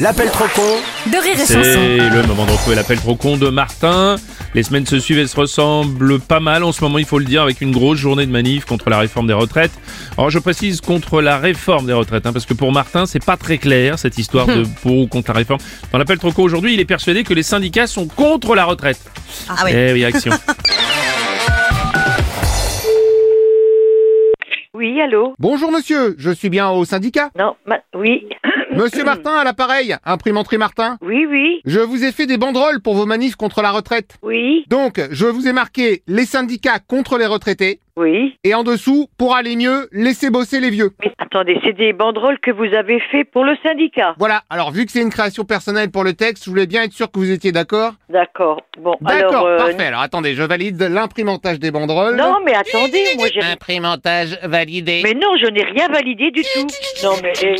L'appel trop con de rire et C'est chanson. le moment de retrouver l'appel trop con de Martin. Les semaines se suivent et se ressemblent pas mal en ce moment, il faut le dire, avec une grosse journée de manif contre la réforme des retraites. Alors je précise contre la réforme des retraites, hein, parce que pour Martin, c'est pas très clair cette histoire de pour ou contre la réforme. Dans l'appel trop con aujourd'hui, il est persuadé que les syndicats sont contre la retraite. Ah oui. Eh oui, action. Oui, allô Bonjour monsieur, je suis bien au syndicat. Non, ma- oui. Monsieur Martin à l'appareil, imprimanterie Martin. Oui, oui, Je vous ai fait des banderoles pour vos manifs contre la retraite. oui, Donc, je vous ai marqué les syndicats contre les retraités oui. et en dessous, pour aller mieux, laissez bosser les vieux. Mais attendez, c'est des banderoles que vous avez fait pour le syndicat. Voilà, alors vu que c'est une création personnelle pour le texte, je voulais bien être sûr que vous étiez d'accord. D'accord. Bon, alors. D'accord, euh, parfait. Alors attendez, je valide l'imprimantage des banderoles. Non, mais attendez, moi j'ai. Imprimantage validé. Mais non, je n'ai rien validé du tout. Non, mais eh,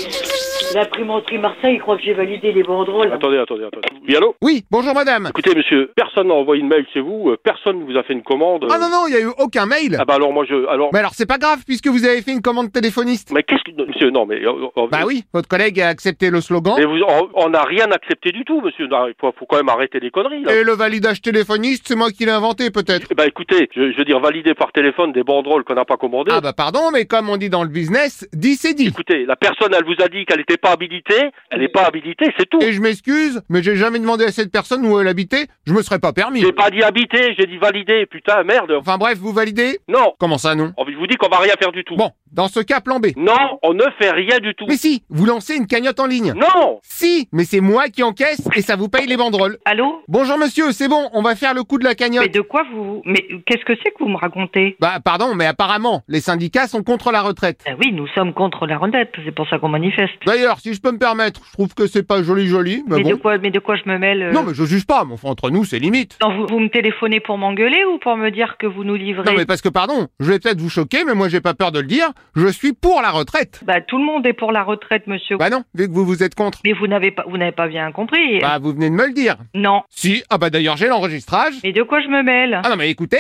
l'imprimanterie Marseille, il croit que j'ai validé les banderoles. Attendez, attendez, attendez. Oui, allô Oui, bonjour madame. Euh, Écoutez, monsieur, personne n'a envoyé une mail chez vous, euh, personne ne vous a fait une commande. euh. Ah non, non, il n'y a eu aucun mail. Ah bah alors moi je... Alors... Mais alors c'est pas grave puisque vous avez fait une commande téléphoniste. Mais qu'est-ce que... non, Monsieur, non mais... euh, euh, Bah oui, votre collègue a accepté le slogan. Mais vous, on- on n'a rien accepté du tout, monsieur. Non, Il faut, faut quand même arrêter les conneries, là. Et le validage téléphoniste, c'est moi qui l'ai inventé peut-être. Eh Bah écoutez, je, je veux dire, valider par téléphone des banderoles qu'on n'a pas commandées. Ah bah pardon, mais comme on dit dans le business, dit c'est dit. Écoutez, la personne, elle vous a dit qu'elle n'était pas habilitée, elle n'est pas habilitée, c'est tout. Et je m'excuse, mais j'ai jamais demandé à cette personne où elle habitait, je me serais pas permis. J'ai pas dit habiter, j'ai dit valider, putain, merde. Enfin bref, vous validez Non, Comment ça non Oh, je vous dis qu'on va rien faire du tout. Bon, dans ce cas, plan B. Non, on ne fait rien du tout. Mais si, vous lancez une cagnotte en ligne. Non Si, mais c'est moi qui encaisse et ça vous paye les banderoles. Allô Bonjour monsieur, c'est bon, on va faire le coup de la Mais cagnotte. de quoi vous... Mais qu'est-ce que c'est que vous me racontez Bah pardon, mais apparemment, les syndicats sont contre la retraite. Ben oui, nous sommes contre la rendette, c'est pour ça qu'on manifeste. D'ailleurs, si je peux me permettre, je trouve que c'est pas joli joli, mais, mais, de Bah bon. quoi, mais de quoi je me mêle euh Non mais je juge pas, mais enfin entre nous, c'est limite. Non, vous, vous me téléphonez pour m'engueuler ou pour me dire que vous nous livrez Non mais parce que pardon, je vais peut-être vous choquer, mais moi j'ai pas peur de le dire, je suis pour la retraite. Bah tout le monde est pour la retraite, monsieur. Bah non, vu que vous vous êtes contre. Mais vous n'avez pas, vous n'avez pas bien compris. Bah vous venez de me le dire. Non. Si, ah bah d'ailleurs j'ai l'enregistrage. Mais de quoi je me mêle Ah non mais écoutez,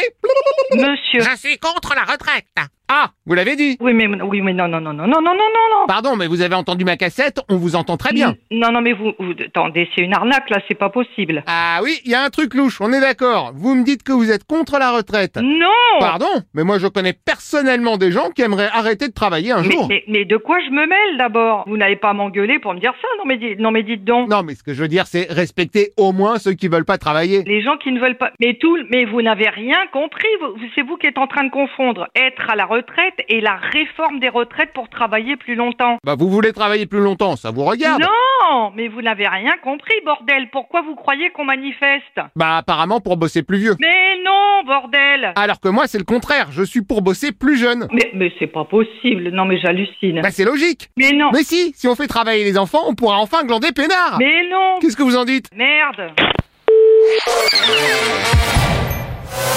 Monsieur... je suis contre la retraite. Ah, vous l'avez dit. Oui mais, oui, mais non, non, non, non, non, non, non, non, non. Pardon, mais vous avez entendu ma cassette, on vous entend très bien. Non, non, mais vous... vous- attendez, c'est une arnaque, là, c'est pas possible. Ah oui, il y a un truc louche, on est d'accord. Vous me dites que vous êtes contre la retraite. Non Pardon, mais moi je connais personnellement des gens qui aimeraient arrêter de travailler un mais, jour. mais, mais de quoi je me mêle d'abord Vous n'allez pas m'engueuler pour me dire ça Non mais, di- non, mais dites donc. Non, mais ce que je veux dire, c'est respecter au moins ceux qui veulent pas travailler. Les gens qui ne veulent pas. Mais tout, le- mais vous n'avez rien compris. vous- vous- C'est vous qui êtes en train de confondre être à la retraite et la réforme des retraites pour travailler plus longtemps. Bah, vous voulez travailler plus longtemps, ça vous regarde. Non, mais vous n'avez rien compris, bordel. Pourquoi vous croyez qu'on manifeste Bah apparemment pour bosser plus vieux. Mais non, bordel. Alors que moi c'est le contraire, je suis pour bosser plus jeune. Mais, mais c'est pas possible. Non, mais j'hallucine. Bah c'est logique. Mais non. Mais si, si on fait travailler les enfants, on pourra enfin glander peinard. Mais non. Qu'est-ce que vous en dites Merde.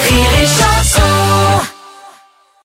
Rire et chanson